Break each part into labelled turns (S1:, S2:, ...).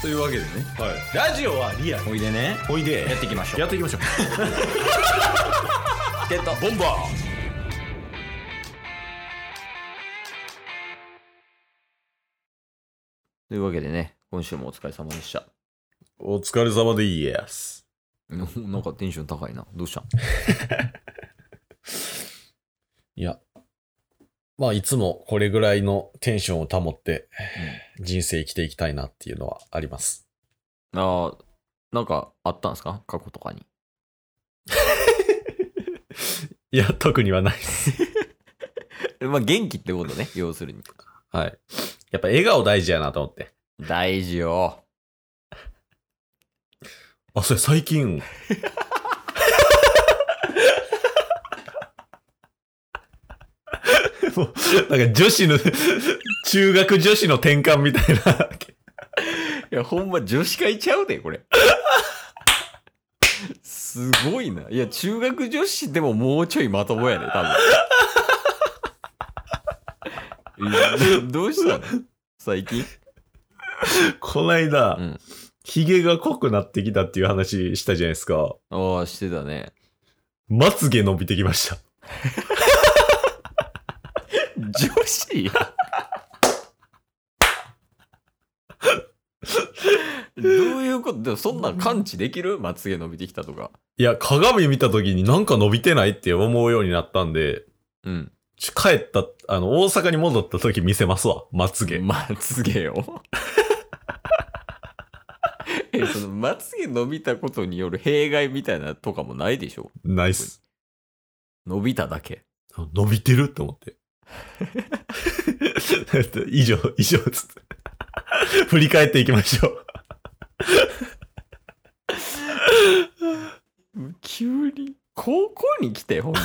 S1: というわけでね
S2: はい、ラジオはリアル
S1: おいでね
S2: おいで
S1: やっていきましょう
S2: やっていきましょう
S1: ゲット
S2: ボンバ
S1: というわけでね今週もお疲れ様でした
S2: ーお疲れ様でイエス
S1: うんなんかテンション高いなどうしたん
S2: いやまあいつもこれぐらいのテンションを保って人生生きていきたいなっていうのはあります
S1: あーなんかあったんですか過去とかに
S2: いや特にはないです
S1: えまあ元気って ことね要するに
S2: はいやっぱ笑顔大事やなと思って
S1: 大事よ
S2: あそれ最 近もうなんか女子の中学女子の転換みたいない
S1: やほんま女子会ちゃうでこれすごいないや中学女子でももうちょいまともやね 多分いやどうしたの最近
S2: こないだ、
S1: うん
S2: ヒゲが濃くなってきたっていう話したじゃないですか。
S1: ああしてたね
S2: まつげ伸びてきました。
S1: 女子どういうことでもそんなん感知できるまつげ伸びてきたとか。
S2: いや、鏡見た時になんか伸びてないって思うようになったんで、
S1: うん。
S2: ちょ帰った、あの、大阪に戻った時見せますわ。まつげ。
S1: まつげ をえ、そのまつげ伸びたことによる弊害みたいなとかもないでしょ
S2: ナイス。
S1: 伸びただけ。
S2: 伸びてるって思って。 以上、以上つって。振り返っていきましょう。
S1: 急に。高校に来て、 ほんで。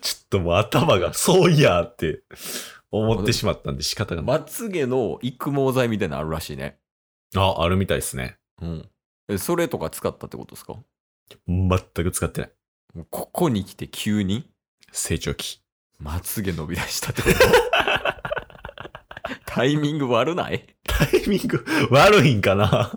S2: ちょっともう頭が、そういやーって思ってしまったんで仕方がない。
S1: まつげの育毛剤みたいなのあるらしいね。
S2: あ、あるみたいですね。
S1: うん。え、それとか使ったってことですかも
S2: 全く使ってない。
S1: うここに来て急に
S2: 成長期。
S1: まつげ伸び出したってこと タイミング悪ない
S2: タイミング悪いんかな、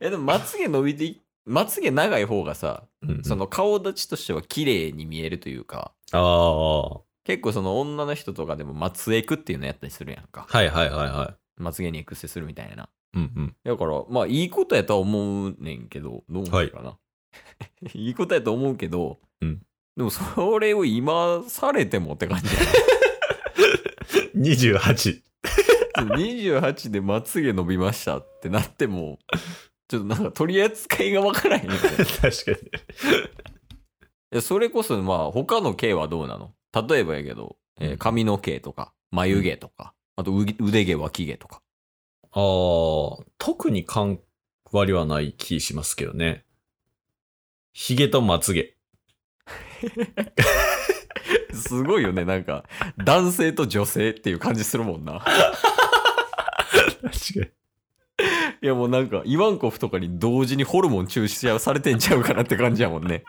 S1: えでもまつげ伸びていまつげ長い方がさ
S2: うん
S1: その顔立ちとしては綺麗に見えるというか
S2: ああ、は
S1: 結構その女の人とかでもまつエクっていうのやったりするやんか
S2: いはいはいは。
S1: まつげにエクステするみたいない
S2: うん
S1: だからまあいいことやとは思うねんけどどう思うかな、 い、いことやと思うけど、
S2: うん
S1: でもそれを今されてもって感じや
S2: うん。28。
S1: 28でまつげ伸びましたってなってもちょっとなんか取り扱いがわからへんよね
S2: 確かに。
S1: いやそれこそまあ他の毛はどうなの例えばやけど、えー髪の毛とか眉毛とか、あとう腕毛脇毛とか
S2: ああ、特に関わりはない気しますけどね。ヒゲとまつげ。
S1: すごいよねなんか男性と女性っていう感じするもんな
S2: 確か
S1: いやもうなんかイワンコフとかに同時にホルモン注射されてんちゃうかなって感じやもんね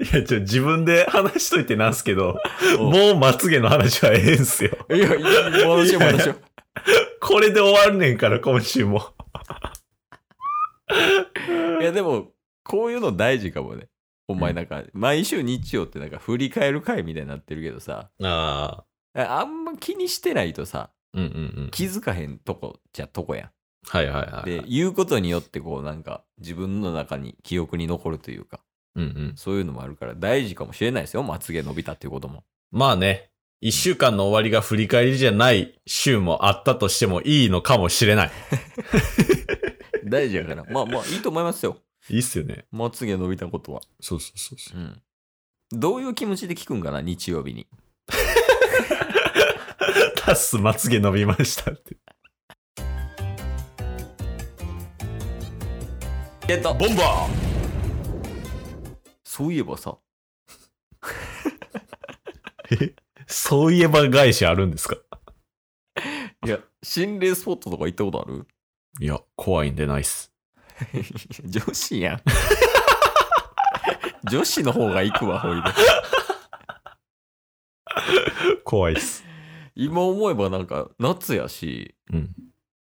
S2: に。いや、ちょ、自分で話しといてなんすけど、
S1: お
S2: もうまつげの話はええんすよ。
S1: いやいや私も私も
S2: これで終わるねんから、今週も。
S1: いやでもこういうの大事かもね。お前なんか毎週日曜ってなんか振り返る会みたいになってるけどさ
S2: ああ。
S1: あんま気にしてないとさ
S2: うんうんうん。
S1: 気づかへんとこじゃとこや
S2: はいはいは
S1: ん。
S2: い。
S1: で言うことによってこうなんか自分の中に記憶に残るというか
S2: うんうん。
S1: そういうのもあるから大事かもしれないですよまつげ伸びたっていうことも。
S2: まあね、一週間の終わりが振り返りじゃない週もあったとしてもいいのかもしれない。
S1: 大事 やからまあまあいいと思いますよ
S2: いいっすよね。
S1: まつげ伸びたことは。
S2: そうそうそうそ
S1: うん。どういう気持ちで聞くんかな日曜日に。
S2: う。 タッスまつげ伸びましたって。
S1: ゲット
S2: ボンバー
S1: そういえばさ
S2: そういえば返しあるんですか
S1: いや心霊スポットとか行ったことある
S2: いや、怖いんでないっす。
S1: 女子やん。女子の方が行くわ、ほいで。
S2: 怖いっす。
S1: 今思えばなんか夏やし、
S2: うん。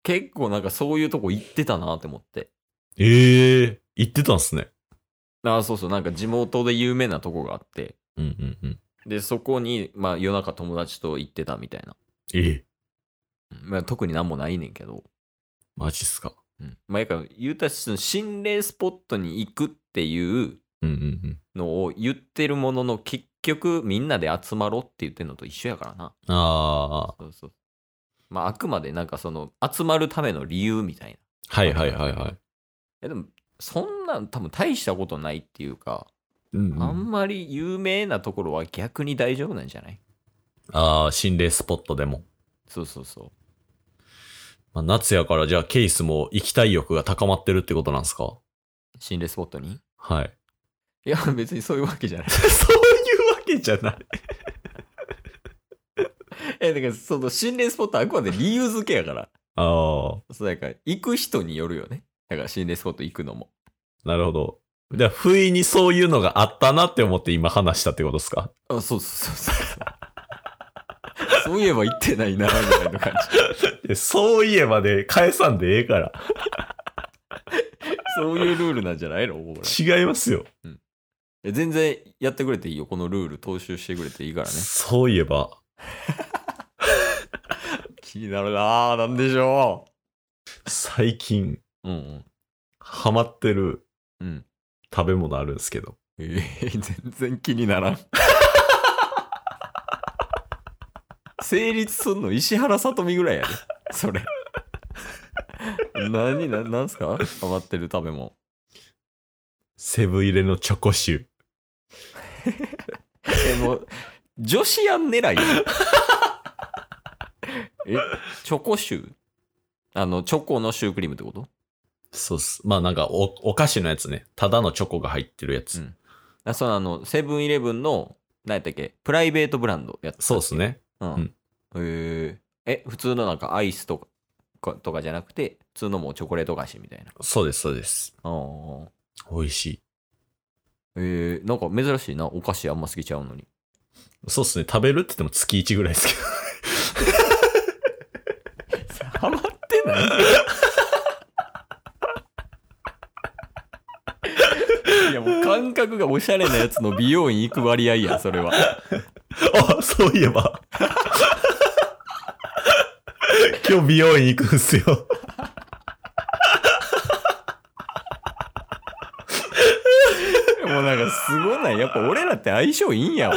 S1: 結構なんかそういうとこ行ってたなって思って。
S2: ええー、行ってたんすね。
S1: ああ、そうそう、なんか地元で有名なとこがあって、
S2: うんうんうん。
S1: で、そこに、まあ夜中友達と行ってたみたいな。
S2: ええ
S1: うんまあ、特になんもないねんけど。
S2: マジっすか。
S1: うん、まあ、やから言うたら、その心霊スポットに行くっていう
S2: うんうんうん。
S1: のを言ってるものの、結局みんなで集まろうって言ってるのと一緒やからな。
S2: ああ、
S1: そうそう。まあ、あくまでなんかその、集まるための理由みたいな。
S2: はいはいはいはい。
S1: えでも、そんなん多分大したことないっていうか、
S2: うんうん
S1: あんまり有名なところは逆に大丈夫なんじゃない
S2: ああ、心霊スポットでも。
S1: そうそうそう。
S2: まあ、夏やからじゃあケースも行きたい欲が高まってるってことなんですか
S1: 心霊スポットに
S2: はい。
S1: いや、別にそういうわけじゃない。
S2: そういうわけじゃない。
S1: え、だからその心霊スポットはあくまで理由付けやから。
S2: ああ、
S1: そうだから、行く人によるよね。だから心霊スポット行くのも。
S2: なるほど。じゃあ、不意にそういうのがあったなって思って今話したってことですか
S1: あ、そうそうそうそう。そういえば行ってないな、ぐらいの感じ。
S2: そういえばで返さんでええから。
S1: そういうルールなんじゃないのほら
S2: 違いますよ。
S1: え全然やってくれていいよ。このルール踏襲してくれていいからね。
S2: そういえば。
S1: 気になるなぁ、なんでしょ
S2: 最近、
S1: う。うんうん。
S2: ハマってる
S1: うん。
S2: 食べ物あるんですけど。
S1: えー全然気にな らん。成立すんの石原さとみぐらいやで、それ。何ななんすか余ってる食べ物。
S2: セブン入れのチョコシュー。
S1: え、もう、女子やん狙いやんえ、チョコシューあの、チョコのシュークリームってこと
S2: そうっす。まあなんかお、お菓子のやつね。ただのチョコが入ってるやつ。
S1: うんあ、そう、あの、セブンイレブンの、何やったっけプライベートブランドやった。
S2: そうっすね。
S1: うん。
S2: うん
S1: へええ、普通のなんかアイスとかか、とかじゃなくて、普通のもうチョコレート菓子みたいな。
S2: そうです、そうです。
S1: ああ。
S2: 美味しい。
S1: ええなんか珍しいな。お菓子あんま好きちゃうのに。
S2: そうっすね。食べるって言っても月1ぐらいですけど。
S1: ハマってない いやもう感覚がおしゃれなやつの美容院行く割合や、それ は。
S2: あ、そういえ ば。今日美容院行くんす よ。
S1: もうなんかすごない。やっぱ俺らって相性いいんやわ。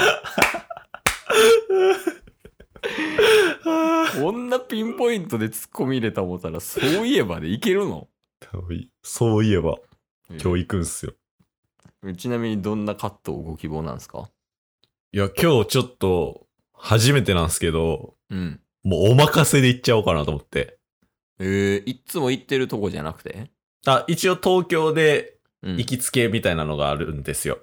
S1: こんなピンポイントで突っ込み入れた思ったら、そういえばでいけるの
S2: そういえば、 今日行くんすよ。
S1: ちなみにどんなカットをご希望なんですか
S2: いや、今日ちょっと、初めてなんすけど、
S1: うん。
S2: もうお任せで行っちゃおうかなと思って。
S1: えー、いっつも行ってるとこじゃなくて、
S2: あ、一応東京で
S1: うん
S2: 行きつけみたいなのがあるんですよ。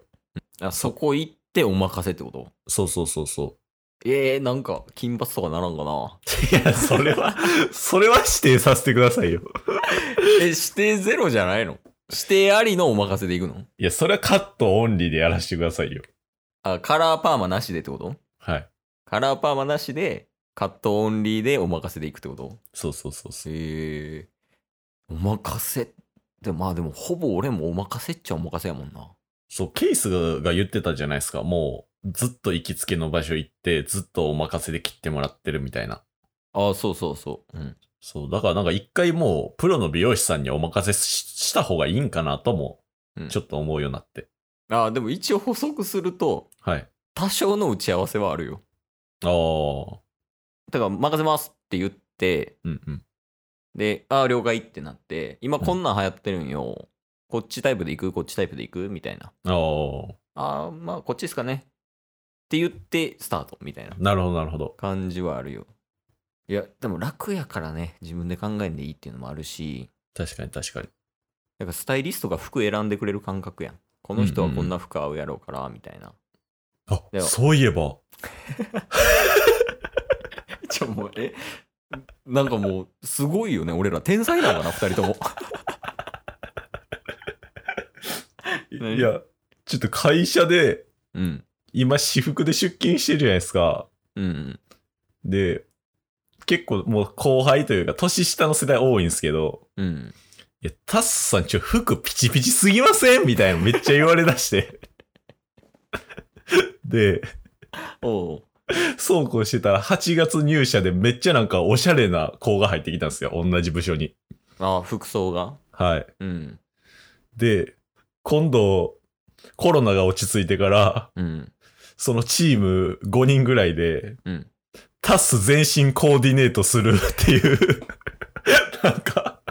S1: あそこ行ってお任せってこと
S2: そうそうそうそ
S1: えー、なんか金髪とかならんかな
S2: う。いや、それ は、それは指定させてくださいよ。
S1: え、指定ゼロじゃないの指定ありのお任せで行くの
S2: いや、それはカットオンリーでやらせてくださいよ。
S1: あ、カラーパーマなしでってこと
S2: はい。
S1: カラーパーマなしで、カットオンリーでお任せでいくってこと
S2: そうそうそうそう。
S1: へえお任せって、まあでもほぼ俺もお任せっちゃお任せやもんな。
S2: そう、ケースが言ってたじゃないですか。もう、ずっと行きつけの場所行って、ずっとお任せで切ってもらってるみたいな。
S1: あそうそうそう。うん。
S2: そう、だからなんか一回もう、プロの美容師さんにお任せしした方がいいんかなとも
S1: うん、
S2: ちょっと思うようになって。
S1: あでも一応補足すると、
S2: はい。
S1: 多少の打ち合わせはあるよ。
S2: ああ、
S1: だから任せますって言って、
S2: うんうん。
S1: で、ああ、了解ってなって、今こんなん流行ってるんよ。こっちタイプで行くこっちタイプで行くみたいな。
S2: ああ、
S1: ああ、まあこっちですかね。って言って、スタートみたいな
S2: なるほどなるほど。
S1: 感じはあるよ。いや、でも楽やからね、自分で考えんでいいっていうのもあるし、
S2: 確かに確かに。
S1: やっぱスタイリストが服選んでくれる感覚やん。この人はこんな服合うやろうから、みたいな。
S2: あ
S1: で、も
S2: そういえば、
S1: ちょ、もう、え、なんかもう、すごいよね。俺ら天才なのかな、二人とも。何
S2: いや、ちょっと会社で、
S1: うん。
S2: 今私服で出勤してるじゃないですか。
S1: うんうん。
S2: で、結構もう後輩というか、年下の世代多いんですけど、
S1: うん。
S2: いや、タスさんちょ、服ピチピチすぎませんみたいなめっちゃ言われだして。 で、
S1: おう
S2: そうこうしてたら8月入社でめっちゃなんかおしゃれな子が入ってきたんですよ。同じ部署に。
S1: あ、服装が
S2: はい。
S1: うん。
S2: で、今度、コロナが落ち着いてから、
S1: うん。
S2: そのチーム5人ぐらいで、
S1: うん。
S2: タス全身コーディネートするっていう、 なんか、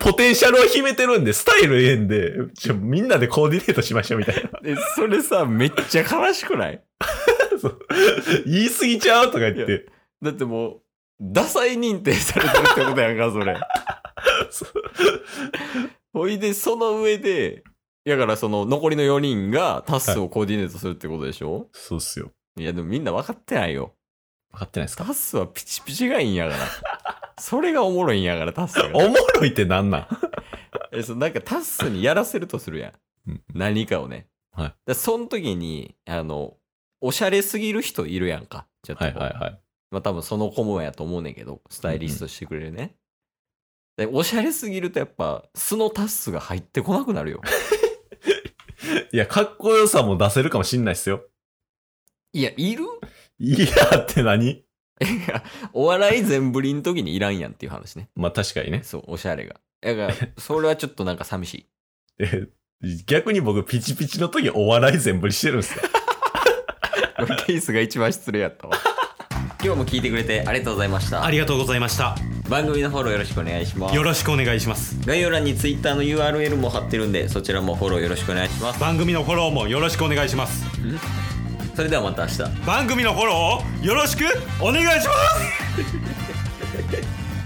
S2: ポテンシャルを秘めてるんで、スタイルええんで、ちょみんなでコーディネートしましょうみたいな。
S1: え、それさ、めっちゃ悲しくない
S2: そう言い過ぎちゃうとか言っ
S1: いや
S2: て、
S1: だってもう、ダサい認定されてるってことやんか、それ。
S2: そう
S1: ほいで、その上で、やからその残りの4人がタスをコーディネートするってことでしょ、
S2: そうっすよ。
S1: い、や、でもみんな分かってないよ。
S2: 分かってないですか
S1: タスはピチピチがいいんやから。 それがおもろいんやから、タスが。
S2: おもろいってなんなん
S1: えそうなんかタッスにやらせるとするやん。
S2: うん
S1: 何かをね。
S2: はい
S1: だその時に、あの、おしゃれすぎる人いるやんか。ちょっと
S2: は
S1: こ
S2: いうはいはい。
S1: まあ多分その子もやと思うねんけど、スタイリストしてくれるね。でおしゃれすぎるとやっぱ素のタッスが入ってこなくな るよ。
S2: いや、かっこよさも出せるかもしんないっすよ。
S1: いや、いる
S2: いやって何
S1: いや、お笑い全振りの時にいらんやんっていう話ね。
S2: まあ確かにね。
S1: そう、おしゃれが。だから、 それはちょっとなんか寂しい。
S2: え逆に僕ピチピチの時お笑い全振りしてるんですよ。
S1: ケースが一番失礼やったわ。 今日も聞いてくれてありがとうございました
S3: あ。りがとうございました。
S1: 番組のフォローよろしくお願いします
S3: よろしくお願いします。
S1: 概要欄に Twitter の URL も貼ってるんでそちらもフォローよろしくお願いします
S3: 番組のフォローもよろしくお願いします。
S1: それではまた明日
S3: 番組のフォローをよろしくお願いします